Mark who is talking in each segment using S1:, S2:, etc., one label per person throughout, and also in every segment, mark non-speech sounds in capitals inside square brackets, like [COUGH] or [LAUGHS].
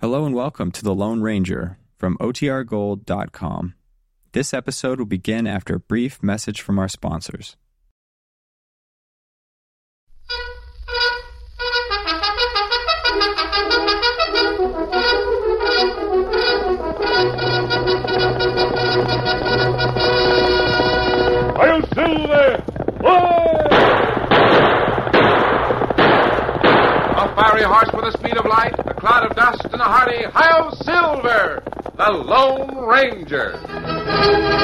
S1: Hello and welcome to The Lone Ranger from OTRGold.com. This episode will begin after a brief message from our sponsors.
S2: I'll still there! Whoa!
S3: A fiery horse with the speed of light, a cloud of dust, and a hearty "Hail Silver!" The Lone Ranger.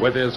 S3: With his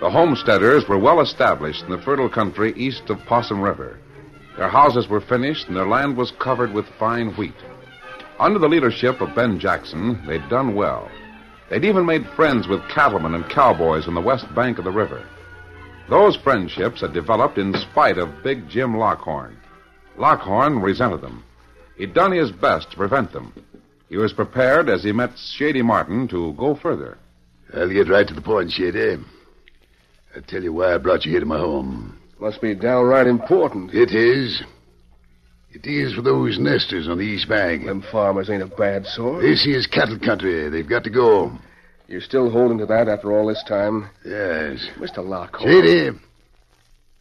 S3: The homesteaders were well established in the fertile country east of Possum River. Their houses were finished and their land was covered with fine wheat. Under the leadership of Ben Jackson, they'd done well. They'd even made friends with cattlemen and cowboys on the west bank of the river. Those friendships had developed in spite of Big Jim Lockhorn. Lockhorn resented them. He'd done his best to prevent them. He was prepared, as he met Shady Martin, to go further.
S4: I'll get right to the point, Shady. I'll tell you why I brought you here to my home.
S5: Must be downright important.
S4: It is. It is for those nesters on the East Bank.
S5: Them farmers ain't a bad sort.
S4: This is cattle country. They've got to go.
S5: You're still holding to that after all this time.
S4: Yes.
S5: Mr. Lockhart.
S4: Shady,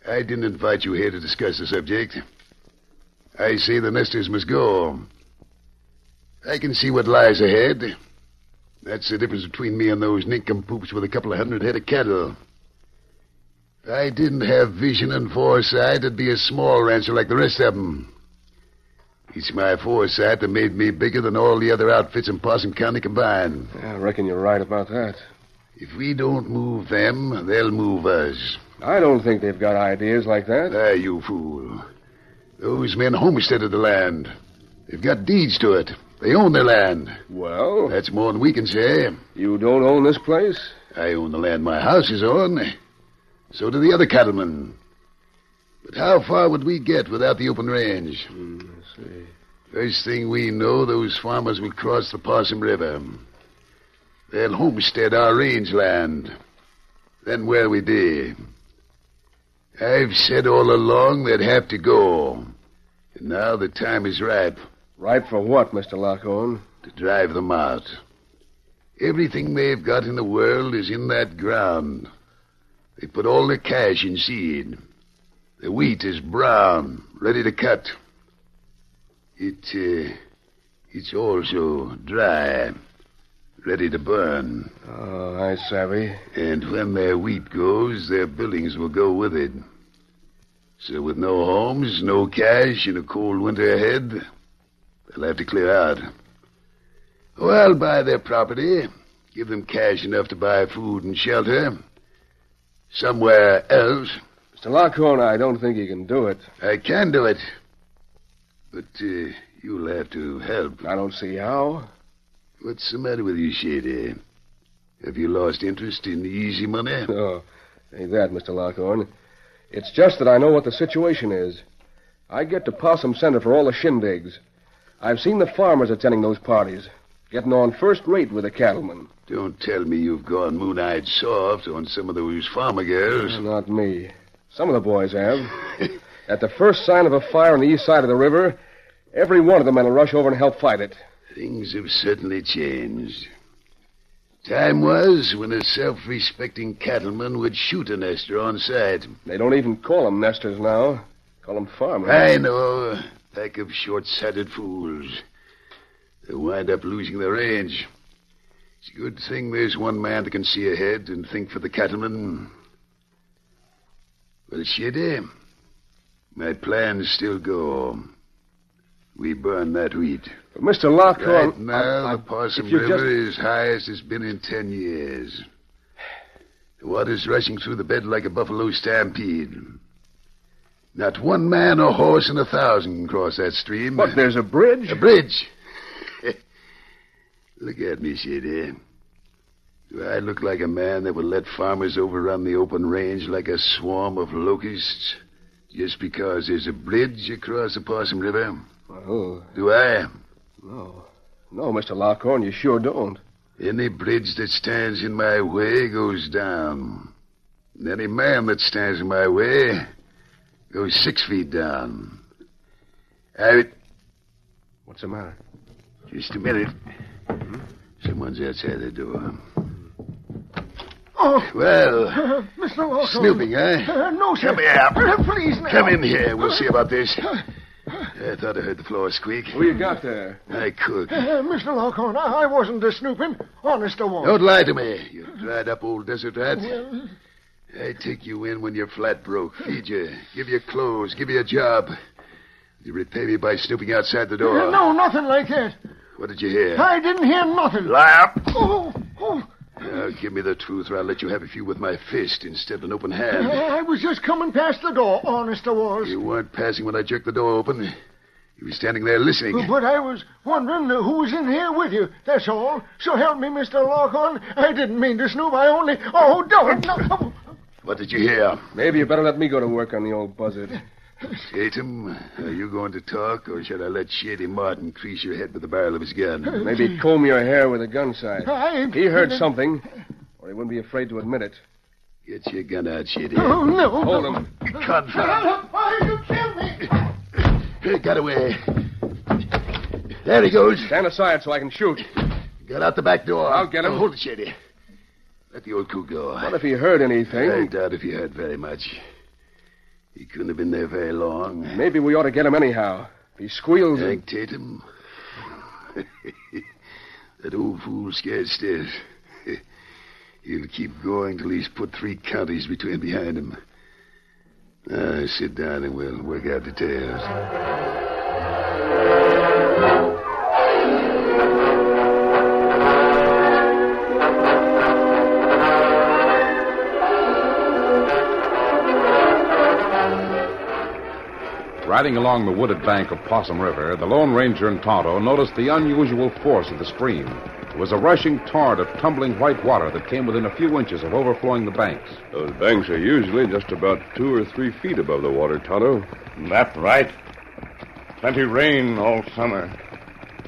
S4: I didn't invite you here to discuss the subject. I say the nesters must go. I can see what lies ahead. That's the difference between me and those nincompoops with a couple of hundred head of cattle. If I didn't have vision and foresight, it'd be a small rancher like the rest of 'em. It's my foresight that made me bigger than all the other outfits in Possum County combined.
S5: Yeah, I reckon you're right about that.
S4: If we don't move them, they'll move us.
S5: I don't think they've got ideas like that.
S4: Ah, you fool. Those men homesteaded the land. They've got deeds to it. They own their land.
S5: Well,
S4: That's more than we can say.
S5: you don't own this place?
S4: I own the land my house is on. So do the other cattlemen. But how far would we get without the open range?
S3: Hmm,
S5: see.
S4: First thing we know, those farmers will cross the Possum River. They'll homestead our rangeland. Then where'll we be? I've said all along they'd have to go. And now the time is ripe
S5: Right for what, Mr. Lockhorn?
S4: to drive them out. Everything they've got in the world is in that ground. They put all the cash in seed. The wheat is brown, ready to cut. It, uh, it's also dry, ready to burn.
S3: Oh, I savvy.
S4: And when their wheat goes, their buildings will go with it. So with no homes, no cash, and a cold winter ahead, they'll have to clear out. Or I'll buy their property, give them cash enough to buy food and shelter. Somewhere else,
S3: Mr. Lockhorn, I don't think you can do it.
S4: I can do it. But uh, you'll have to help.
S3: I don't see how.
S4: What's the matter with you, Shady? Have you lost interest in the easy money?
S3: Oh, ain't that, Mr. Lockhorn. It's just that I know what the situation is. I get to Possum Center for all the shindigs. I've seen the farmers attending those parties, getting on first rate with the cattlemen.
S4: Don't tell me you've gone moon-eyed soft on some of those farmer girls.
S3: Not me. Some of the boys have. At the first sign of a fire on the east side of the river, every one of the men will rush over and help fight it.
S4: Things have certainly changed. Time was when a self-respecting cattleman would shoot a nester on sight.
S3: They don't even call 'em nesters now. Call 'em farmers.
S4: I know, a pack of short-sighted fools. They wind up losing their range. It's a good thing there's one man that can see ahead and think for the cattlemen. Well, Shady, my plans still go. We burn that wheat.
S3: But Mr. Lockhorn.
S4: Right now,
S3: I- I-
S4: the Possum
S3: if you just-
S4: River is high as it's been in ten years. The water's rushing through the bed like a buffalo stampede. Not one man or horse in a thousand can cross that stream.
S3: But there's a bridge.
S4: [LAUGHS] A bridge. [LAUGHS] look at me, Shady. Do I look like a man that would let farmers overrun the open range like a swarm of locusts just because there's a bridge across the Possum River?
S3: Oh,
S4: Do I?
S3: no. No, Mr. Lockhorn, you sure don't.
S4: Any bridge that stands in my way goes down. And any man that stands in my way goes six feet down. I
S3: What's the matter?
S4: just a minute. Someone's outside the door.
S6: Oh,
S4: Well,
S6: uh, Mr. Lawson.
S4: snooping, huh?
S6: Uh, no,
S4: eh?
S6: sir.
S4: Come here.
S6: Uh, please, now.
S4: Come in here. We'll see about this. I thought I heard the floor squeak.
S3: Who you got there?
S4: I could.
S6: Uh, Mr. Lawcorn, I, I wasn't a snooping. Honest, I was.
S4: Don't lie to me, you dried up old desert rat.
S6: Well,
S4: I take you in when you're flat broke, feed you, give you clothes, give you a job. You repay me by snooping outside the door.
S6: uh, no, nothing like that.
S4: What did you hear?
S6: I didn't hear nothing.
S4: Lie up.
S6: Oh, oh,
S4: Now, Uh, give me the truth, or I'll let you have a few with my fist instead of an open
S6: uh,
S4: hand.
S6: I was just coming past the door. Honest, I was.
S4: You weren't passing when I jerked the door open. You were standing there listening.
S6: But I was wondering uh, who was in here with you. That's all. So help me, Mr. Lawcorn. I didn't mean to snoop. I only. Oh, don't. No. Oh,
S4: What did you hear?
S3: Maybe you better let me go to work on the old buzzard.
S4: Tatum, are you going to talk, or should I let Shady Martin crease your head with the barrel of his gun?
S3: Maybe comb your hair with a gun sight.
S6: I.
S3: He heard something, or he wouldn't be afraid to admit it.
S4: Get your gun out, Shady.
S6: Oh, no.
S3: Hold him.
S4: Confound.
S6: Why you kill me?
S4: [LAUGHS] it. Got away. There he goes.
S3: Stand aside so I can shoot.
S4: Got out the back door.
S3: I'll get him.
S4: Now, Hold it, Shady. Let the old coot go.
S3: What if he heard
S4: I
S3: anything?
S4: doubt if he heard very much. He couldn't have been there very long.
S3: Maybe we ought to get him anyhow. If he squeals,
S4: Hank Tatum. [LAUGHS] that old fool scared stiff. [LAUGHS] He'll keep going till he's put three counties between behind him. Now, sit down and we'll work out details.
S7: Riding along the wooded bank of Possum River, the Lone Ranger and Tonto noticed the unusual force of the stream. It was a rushing torrent of tumbling white water that came within a few inches of overflowing the banks.
S8: Those banks are usually just about two or three feet above the water, Tonto.
S9: That right. Plenty rain all summer.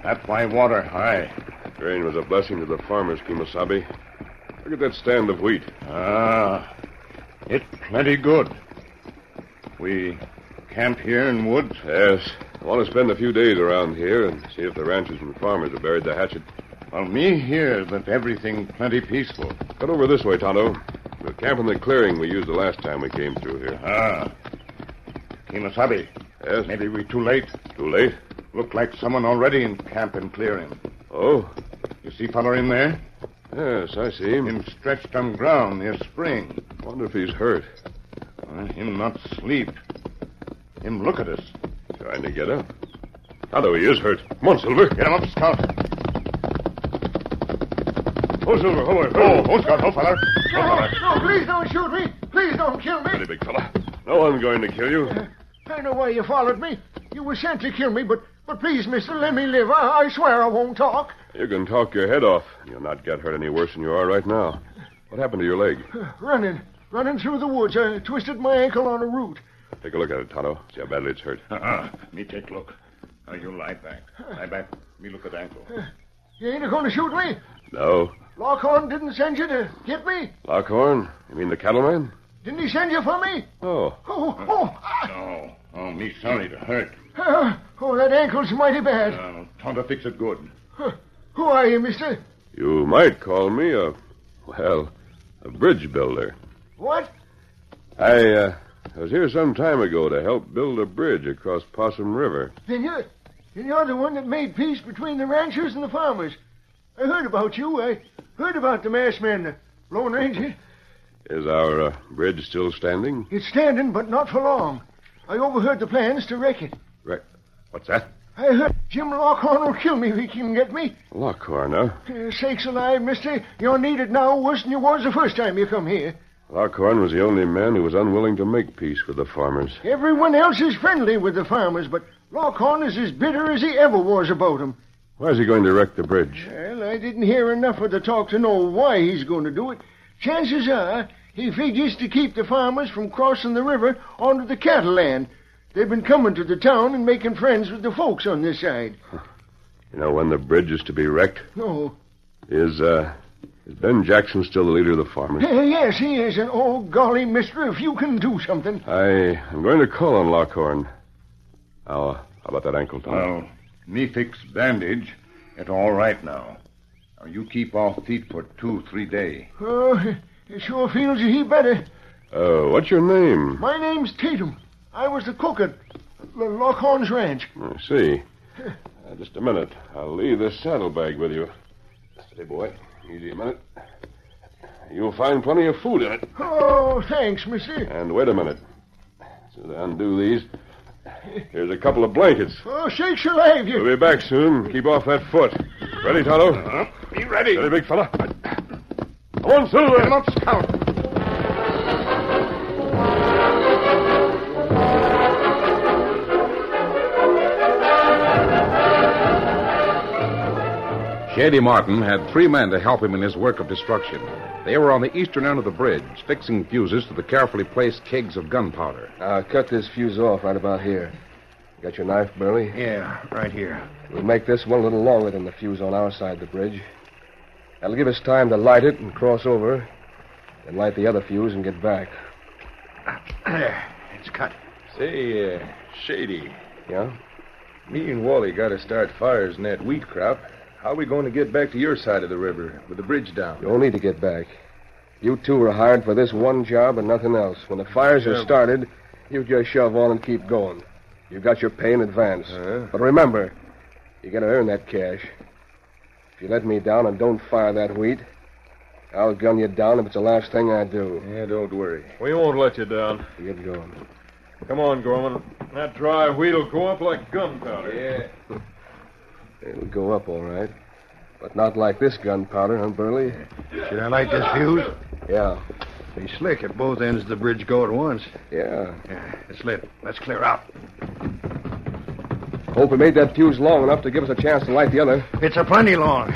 S9: That why water high.
S8: Rain was a blessing to the farmers, Kumasabi. Look at that stand of wheat.
S9: Ah, it plenty good. We camp here in woods.
S8: Yes. I want to spend a few days around here and see if the ranchers and farmers have buried the hatchet.
S9: Well, me hear that everything plenty peaceful.
S8: Cut over this way, Tonto.
S3: The camp in the clearing we used the last time we came through here.
S10: Ah. Kimasabi.
S3: Yes?
S10: Maybe we too late.
S3: Too late?
S10: Look like someone already in camp and clearing.
S3: Oh,
S10: You see feller in there?
S3: yes, I see him.
S10: Him stretched on ground near spring.
S3: Wonder if he's hurt.
S10: Uh, him not sleep. Him look at us.
S3: Trying to get up. Now, though he is hurt. Come on, Silver.
S10: Get him up, Scout. Oh, Silver, oh, oh, oh, Scout, oh, feller.
S6: No, Oh, no, please don't shoot me. Please don't kill me.
S3: Steady, big fella. No, I'm going to kill you.
S6: I know why you followed me. You were sent to kill me, but but please, mister, let me live. I, I swear I won't talk.
S3: You can talk your head off. You'll not get hurt any worse than you are right now. What happened to your leg?
S6: Running, running through the woods. I twisted my ankle on a root.
S3: Take a look at it, Tonto. See how badly it's hurt.
S10: Uh-uh. Me take look. Now you lie back. Lie back. Me look at ankle.
S6: You ain't going to shoot me.
S3: No.
S6: Lockhorn didn't send you to get me.
S3: Lockhorn? You mean the cattleman?
S6: Didn't he send you for me?
S3: Oh.
S6: Oh, oh, ah,
S10: Oh, oh, me sorry to hurt.
S6: ah, oh, that ankle's mighty bad.
S10: Uh, Tonto fix it good.
S6: Who are you, mister?
S3: You might call me a, well, a bridge builder.
S6: What?
S3: I, uh, was here some time ago to help build a bridge across Possum River.
S6: Then you're, then you're the one that made peace between the ranchers and the farmers. I heard about you. I heard about the masked man, the Lone Ranger.
S3: Is our uh, bridge still standing?
S6: It's standing, but not for long. I overheard the plans to wreck it.
S3: Right. What's that?
S6: I heard Jim Lockhorn will kill me if he can get me.
S3: Lockhorn, huh?
S6: Uh, sakes alive, mister. You're needed now worse than you was the first time you come here.
S3: Lockhorn was the only man who was unwilling to make peace with the farmers.
S6: Everyone else is friendly with the farmers, but Lockhorn is as bitter as he ever was about 'em.
S3: Why is he going to wreck the bridge?
S6: Well, I didn't hear enough of the talk to know why he's going to do it. Chances are he figures to keep the farmers from crossing the river onto the cattle land. They've been coming to the town and making friends with the folks on this side.
S3: You know when the bridge is to be wrecked?
S6: No.
S3: Is, uh, is Ben Jackson still the leader of the farmers?
S6: Eh, [LAUGHS] Yes, he is. And oh, golly, mister, if you can do something.
S3: I am going to call on Lockhorn. Now, uh, how about that ankle, Tom?
S4: Oh.
S10: Well, me fix bandage. It all right now. Now you keep off feet for two, three day.
S6: Oh, it sure feels he better.
S3: Uh, what's your name?
S6: My name's Tatum. I was the cook at L- Lockhorn's Ranch.
S3: I see. Uh, just a minute. I'll leave this saddlebag with you. Steady, boy. Easy a minute. You'll find plenty of food in it.
S6: Oh, thanks, mister.
S3: And wait a minute. So to undo these, here's a couple of blankets.
S6: Oh, shakes alive, you.
S3: We'll be back soon. Keep off that foot. Ready, Tonto?
S10: Uh-huh. Be ready.
S3: Ready, big fella? Come on, Silver.
S10: Get him up, Scout.
S2: Shady Martin had three men to help him in his work of destruction. They were on the eastern end of the bridge, fixing fuses to the carefully placed kegs of gunpowder.
S5: Uh, cut this fuse off right about here. Got your knife, Burley?
S10: Yeah, right here.
S5: We'll make this one a little longer than the fuse on our side of the bridge. That'll give us time to light it and cross over, then light the other fuse and get back.
S10: [CLEARS THROAT] It's cut.
S11: Say, uh, Shady,
S5: Yeah?
S11: me and Wally got to start fires in that wheat crop. How we going to get back to your side of the river with the bridge down?
S5: You'll need to get back. You two were hired for this one job and nothing else. When the fires are started, you just shove on and keep going. You got your pay in advance.
S11: Huh?
S5: But remember, you gotta earn that cash. If you let me down and don't fire that wheat, I'll gun you down if it's the last thing I do.
S11: Yeah, don't worry.
S12: We won't let you down.
S5: Get going.
S12: Come on, Gorman. That dry wheat'll go up like gunpowder.
S11: Yeah.
S5: It'll go up all right. But not like this gunpowder, huh, Burley?
S13: Should I light this fuse?
S5: Yeah.
S13: Be slick if both ends of the bridge go at once.
S5: Yeah.
S13: Yeah, it's lit. Let's clear out.
S5: Hope we made that fuse long enough to give us a chance to light the other.
S13: It's a plenty long.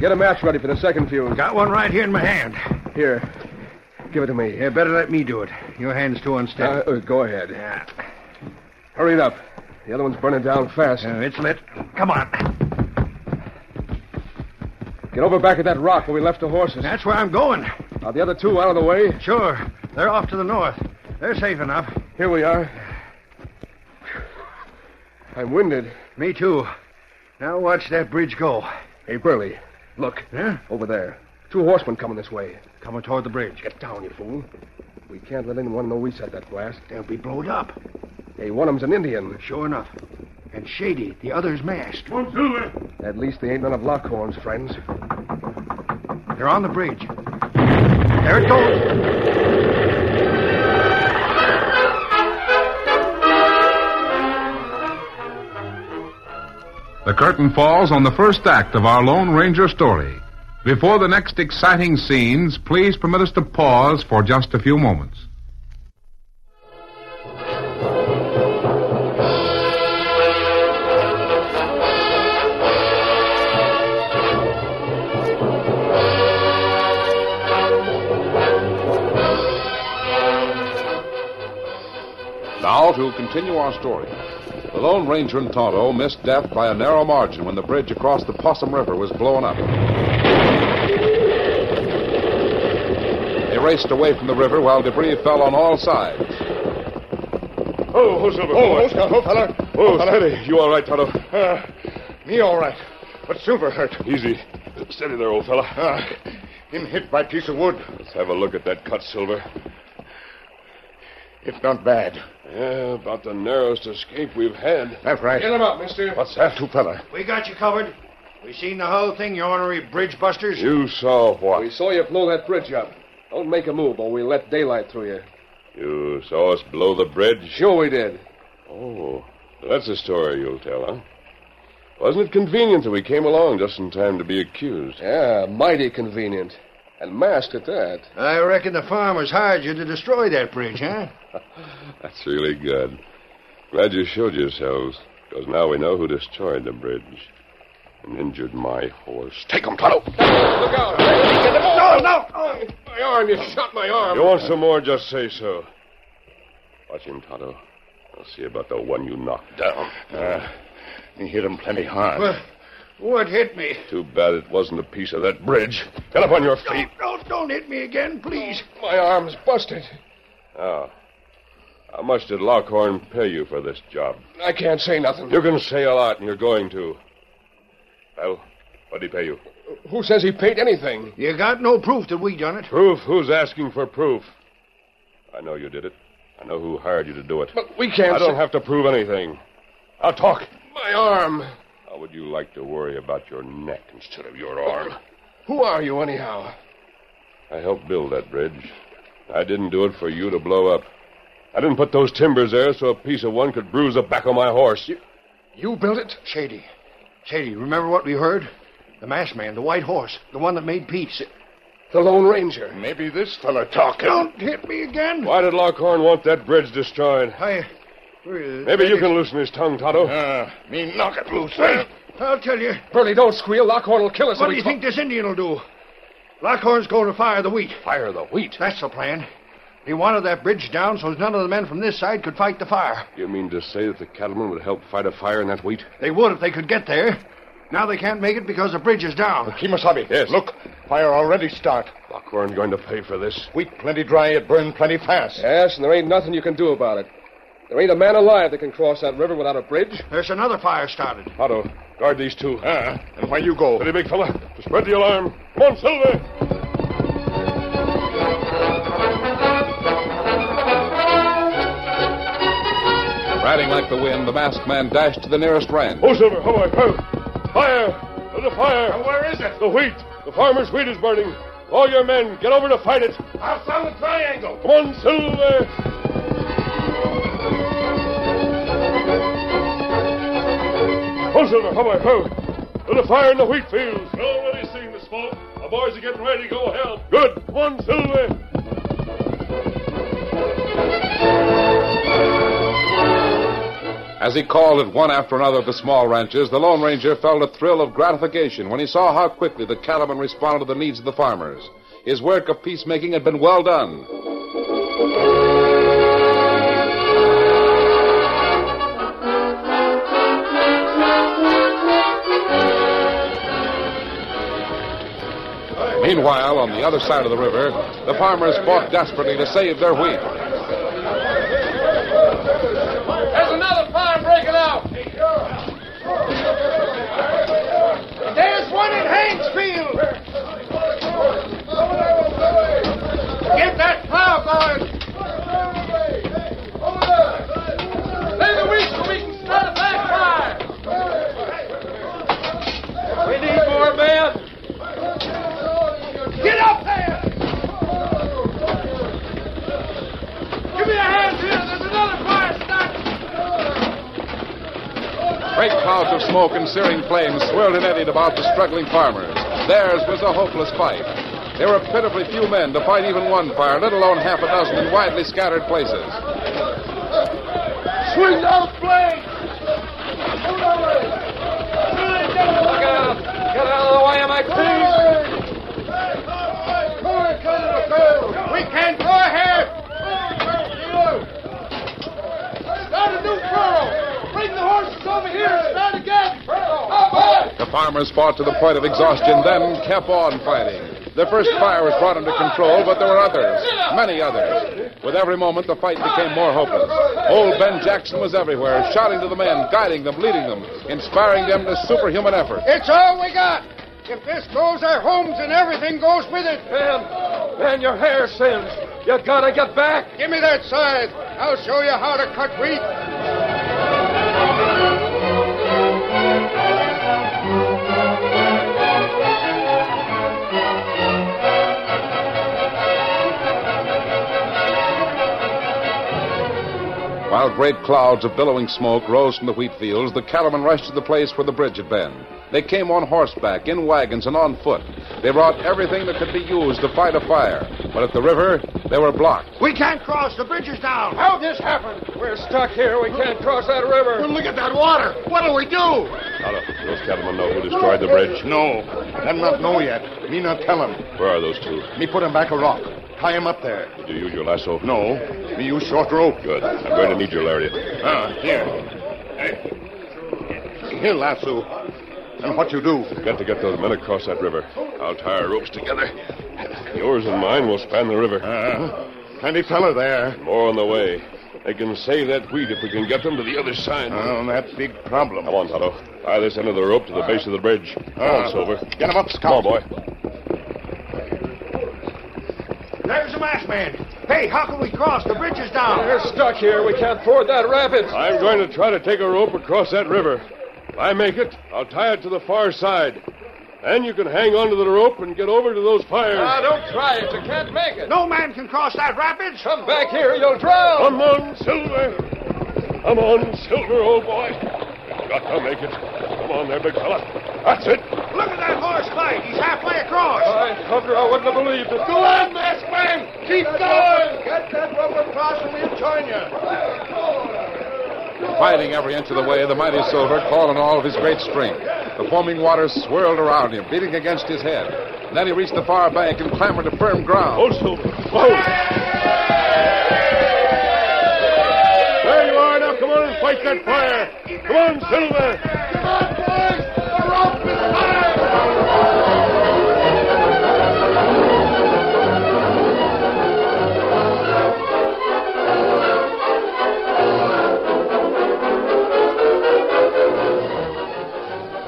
S5: Get a match ready for the second fuse.
S13: Got one right here in my hand.
S5: Here. Give it to me.
S13: Yeah, better let me do it. Your hand's too unsteady.
S5: Uh, uh, go ahead.
S13: yeah.
S5: Hurry it up. The other one's burning down fast.
S13: Uh, it's lit. Come on.
S5: Get over back at that rock where we left the horses.
S13: That's where I'm going.
S5: Are the other two out of the way?
S13: Sure. They're off to the north. They're safe enough.
S5: Here we are. I'm winded.
S13: Me too. Now watch that bridge go.
S5: Hey, Burley, look
S13: Huh?
S5: over there.
S14: Two horsemen coming this way.
S6: Coming toward the bridge.
S14: Get down, you fool. We can't let anyone know we set that blast.
S6: They'll be blowed up.
S14: Hey, one of them's an Indian.
S6: Sure enough. And shady. The other's masked.
S15: One silver.
S14: At least they ain't none of Lockhorn's friends.
S6: They're on the bridge. There it goes.
S16: The curtain falls on the first act of our Lone Ranger story. Before the next exciting scenes, please permit us to pause for just a few moments. Now to continue our story. The Lone Ranger and Tonto missed death by a narrow margin when the bridge across the Possum River was blown up. They raced away from the river while debris fell on all sides.
S3: Oh, oh, Silver.
S17: Oh, oh, Scout, oh, fella.
S3: Oh,
S17: fella.
S3: steady. You all right, Tonto?
S17: Uh, me all right, but Silver hurt.
S3: Easy. Steady there, old fella.
S17: Uh, him hit by piece of wood.
S3: Let's have a look at that cut, Silver.
S17: It's not bad.
S3: Yeah, about the narrowest escape we've had.
S17: That's right.
S3: Get him up, mister.
S17: What's that? Two fella.
S6: We got you covered. We seen the whole thing, you ornery bridge busters.
S3: You saw what?
S14: We saw you blow that bridge up. Don't make a move or we let daylight through you.
S3: You saw us blow the bridge?
S14: Sure we did.
S3: Oh, that's the story you'll tell, huh? Wasn't it convenient that we came along just in time to be accused?
S14: Yeah, mighty convenient. And masked at that.
S6: I reckon the farmers hired you to destroy that bridge, huh?
S3: That's really good. Glad you showed yourselves, because now we know who destroyed the bridge and injured my horse. Take him, Tonto! Look
S17: out! No, no! Oh, my arm, you shot my arm.
S3: You want some more, just say so. Watch him, Tonto. I'll see about the one you knocked down.
S17: Uh, you hit him plenty hard.
S6: What, what hit me?
S3: Too bad it wasn't a piece of that bridge. Get up on your feet.
S6: Don't, don't, don't hit me again, please.
S17: Oh, my arm's busted.
S3: Oh, how much did Lockhorn pay you for this job?
S17: I can't say nothing.
S3: You can say a lot, and you're going to. Well, what did he pay you?
S17: Who says he paid anything?
S6: You got no proof that we done it.
S3: Proof? Who's asking for proof? I know you did it. I know who hired you to do it.
S17: But we can't. I
S3: don't have to prove anything. I'll talk.
S17: My arm.
S3: How would you like to worry about your neck instead of your
S17: [LAUGHS]
S3: arm?
S17: Who are you, anyhow?
S3: I helped build that bridge. I didn't do it for you to blow up. I didn't put those timbers there so a piece of one could bruise the back of my horse.
S17: You, you built it?
S6: Shady. Shady, remember what we heard? The masked man, the white horse, the one that made peace.
S17: The Lone Ranger.
S3: Maybe this fella talking.
S6: Don't hit me again.
S3: Why did Lockhorn want that bridge destroyed?
S6: I. Uh,
S3: Maybe you can loosen his tongue, Tonto.
S17: Uh, me knock it loose. Huh?
S6: I'll tell you.
S17: Burley, don't squeal. Lockhorn will kill us.
S6: What do you talk. think this Indian will do? Lockhorn's going to fire the wheat.
S17: Fire the wheat?
S6: That's the plan. He wanted that bridge down so none of the men from this side could fight the fire.
S3: You mean to say that the cattlemen would help fight a fire in that wheat?
S6: They would if they could get there. Now they can't make it because the bridge is down.
S17: But Kimasabi.
S3: Yes.
S17: Look, fire already start.
S3: Lockhorn going to pay for this.
S17: Wheat plenty dry, it burned plenty fast.
S14: Yes, and there ain't nothing you can do about it. There ain't a man alive that can cross that river without a bridge.
S6: There's another fire started.
S3: Otto, guard these two.
S17: Uh, and where you go?
S3: Ready, big fella? Spread the alarm. Come on, Silver!
S16: Riding like the wind, the masked man dashed to the nearest ranch.
S3: Oh, Silver, oh, I oh. Fire! Oh, the fire!
S17: Now where is it?
S3: The wheat. The farmer's wheat is burning. All your men, get over to fight it.
S17: Outside the triangle.
S3: Come on, Silver! Oh, Silver, oh, I oh. There's a fire in the wheat fields.
S15: We're already seeing the smoke. The boys are getting ready to go help.
S3: Good. Come on, Silver.
S16: As he called at one after another of the small ranches, the Lone Ranger felt a thrill of gratification when he saw how quickly the cattlemen responded to the needs of the farmers. His work of peacemaking had been well done. Meanwhile, on the other side of the river, the farmers fought desperately to save their wheat.
S17: There's another fire breaking out. There's one in Hanksfield.
S2: Get that plow going! Lay the wheat so we can start a backfire! We need more men! Get up there! Give me a hand here! There's another fire starting!
S18: Great clouds of smoke and searing flames swirled and eddied about the struggling farmers. Theirs was a hopeless fight. There were pitifully few men to fight even one fire, let alone half a dozen in widely scattered places.
S2: Swing those blades! Look out! Get out of the way of my teeth! We can go ahead! Start a new furrow! Bring the horses over here and start again! Up, up!
S18: The farmers fought to the point of exhaustion, then kept on fighting. Their first fire was brought under control, but there were others, many others. With every moment, the fight became more hopeless. Old Ben Jackson was everywhere, shouting to the men, guiding them, leading them, inspiring them to superhuman effort.
S2: It's all we got. If this goes, our homes and everything goes with it. Ben, Ben, your hair sins. You gotta get back. Give me that scythe. I'll show you how to cut wheat.
S18: While great clouds of billowing smoke rose from the wheat fields, the cattlemen rushed to the place where the bridge had been. They came on horseback, in wagons, and on foot. They brought everything that could be used to fight a fire. But at the river, they were blocked.
S4: We can't cross. The bridge is down.
S2: How'd this happen?
S6: We're stuck here. We can't cross that river.
S4: Well, look at that water. What'll we do?
S3: Not if those cattlemen know who destroyed the bridge.
S4: No. Them not know yet. Me not tell 'em.
S3: Where are those two?
S4: Me put 'em back a rock. Tie 'em up there.
S3: Do you use your lasso?
S4: No. Me use short rope.
S3: Good. I'm going to need your lariat.
S4: Ah, here. Hey. Here, lasso. And what you do?
S3: Got to get those men across that river. I'll tie our ropes together. Yours and mine will span the
S4: Ah.
S3: river. Uh-huh.
S4: Uh, plenty feller there.
S3: More on the way. They can save that wheat if we can get them to the other side.
S4: Oh, that big problem.
S3: Come on, Tonto. Tie this end of the rope to the base of the bridge. Come
S4: Uh,
S3: on, Silver.
S4: Get 'em up,
S3: Come on,
S4: Scout.
S3: boy.
S4: There's the masked man. Hey, how can we cross? The bridge is down.
S6: We're stuck here. We can't ford that rapids.
S3: I'm going to try to take a rope across that river. If I make it, I'll tie it to the far side. Then you can hang onto the rope and get over to those fires.
S6: Ah, don't try it. You can't make it.
S4: No man can cross that rapids.
S6: Come back here. You'll drown.
S3: Come on, Silver. Come on, Silver, old boy. You've got to make it. Come on there, big fella. That's it.
S4: Look at that horse fight. He's halfway across.
S6: I told you I wouldn't have believed it.
S2: Go on, masked man! Keep going! Get that rubber across and we'll join
S18: Fighting every inch of the way, the mighty Silver called on all of his great strength. The foaming waters swirled around him, beating against his head. And then he reached the far bank and clambered to firm ground.
S3: Oh, Silver. Oh. There you are. Now come on and fight that fire. Come on, Silver.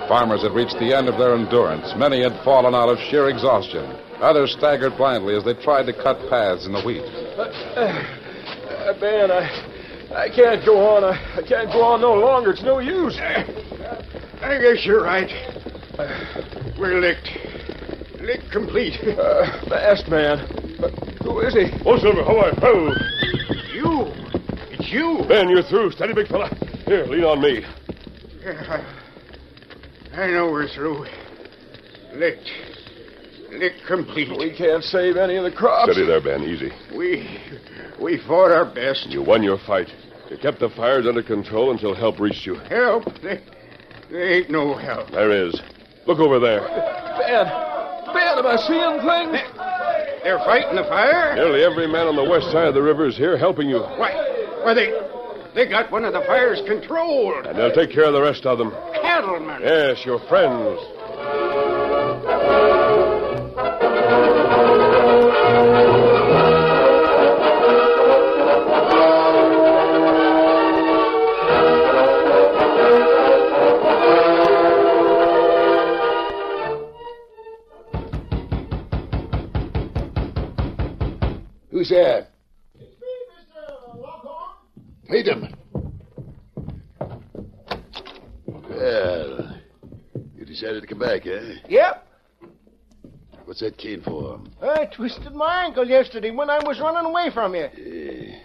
S18: Farmers had reached the end of their endurance. Many had fallen out of sheer exhaustion. Others staggered blindly as they tried to cut paths in the wheat.
S6: Uh, Ben, I, I can't go on. I, I can't go on no longer. It's no use.
S4: I guess you're right. Uh, We're licked. Licked complete.
S6: Uh, masked man. But who is he?
S3: Oh, Silver, how are you? Oh.
S4: you. It's you.
S3: Ben, you're through. Steady, big fella. Here, lean on me.
S4: Yeah, I, I know we're through. Licked. Licked complete.
S6: We can't save any of the crops.
S3: Steady there, Ben. Easy.
S4: We we fought our best.
S3: You won your fight. You kept the fires under control until help reached you.
S4: Help. There, there ain't no help.
S3: There is. Look over there.
S6: Ben, Ben, am I seeing things?
S4: They're fighting the fire?
S3: Nearly every man on the west side of the river is here helping you.
S4: Why? Why they they got one of the fires controlled.
S3: And they'll take care of the rest of them.
S4: Cattlemen.
S3: Yes, your friends.
S4: that? Hate him. Well, you decided to come back, eh?
S6: Yep.
S4: What's that cane for?
S6: I twisted my ankle yesterday when I was running away from you.
S4: Eh.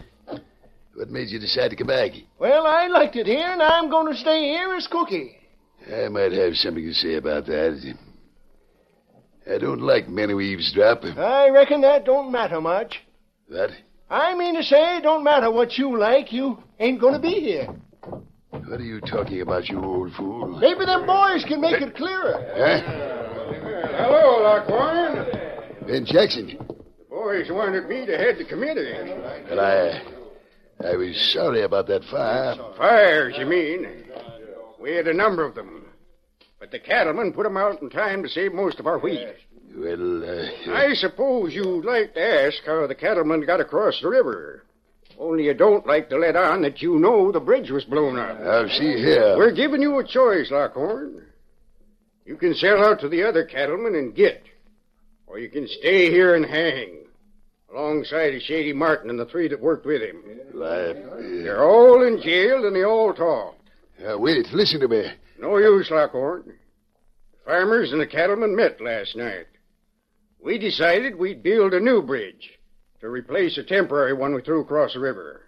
S4: What made you decide to come back?
S6: Well, I liked it here, and I'm going to stay here as Cookie.
S4: I might have something to say about that. I don't like men who eavesdrop.
S6: I reckon that don't matter much.
S4: What?
S6: I mean to say, it don't matter what you like, you ain't going to be here.
S4: What are you talking about, you old fool?
S6: Maybe them boys can make it clearer.
S4: Huh?
S3: Hello, Lockhorn.
S4: Ben Jackson.
S3: Boys wanted me to head the committee.
S4: Well, I, I was sorry about that fire.
S3: Fires, you mean? We had a number of them. But the cattlemen put 'em out in time to save most of our wheat.
S4: Well, uh,
S3: I suppose you'd like to ask how the cattlemen got across the river. Only you don't like to let on that you know the bridge was blown up.
S4: Now, see here.
S3: We're giving you a choice, Lockhorn. You can sell out to the other cattlemen and get, or you can stay here and hang, alongside of Shady Martin and the three that worked with him. They're all in jail and they all talk.
S4: uh, wait, listen to me.
S3: No use, Lockhorn. The farmers and the cattlemen met last night. We decided we'd build a new bridge to replace a temporary one we threw across the river.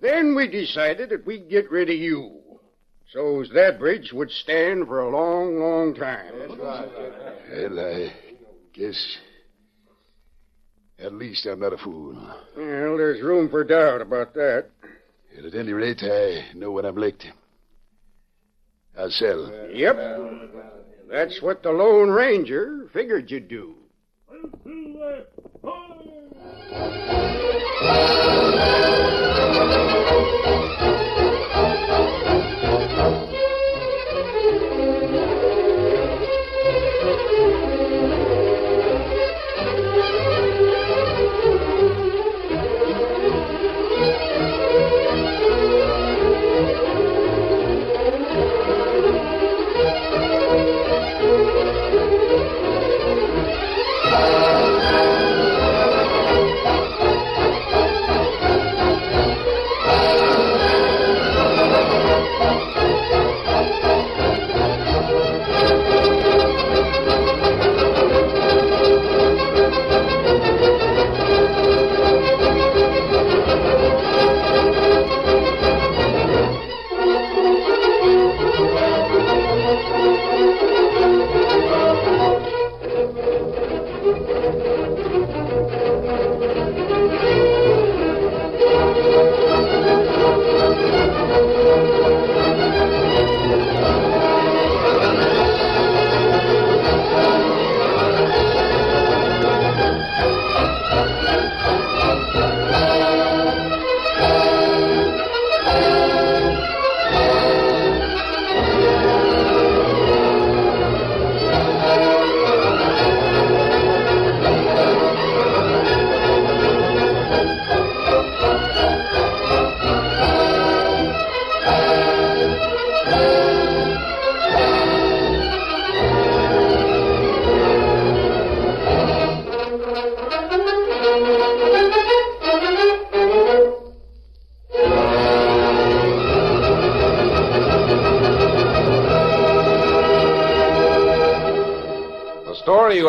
S3: Then we decided that we'd get rid of you, so's that bridge would stand for a long, long time.
S4: Well, I guess at least I'm not a fool.
S3: Well, there's room for doubt about that.
S4: And at any rate, I know when I'm licked. I'll sell.
S3: Yep. That's what the Lone Ranger figured you'd do.
S2: The story you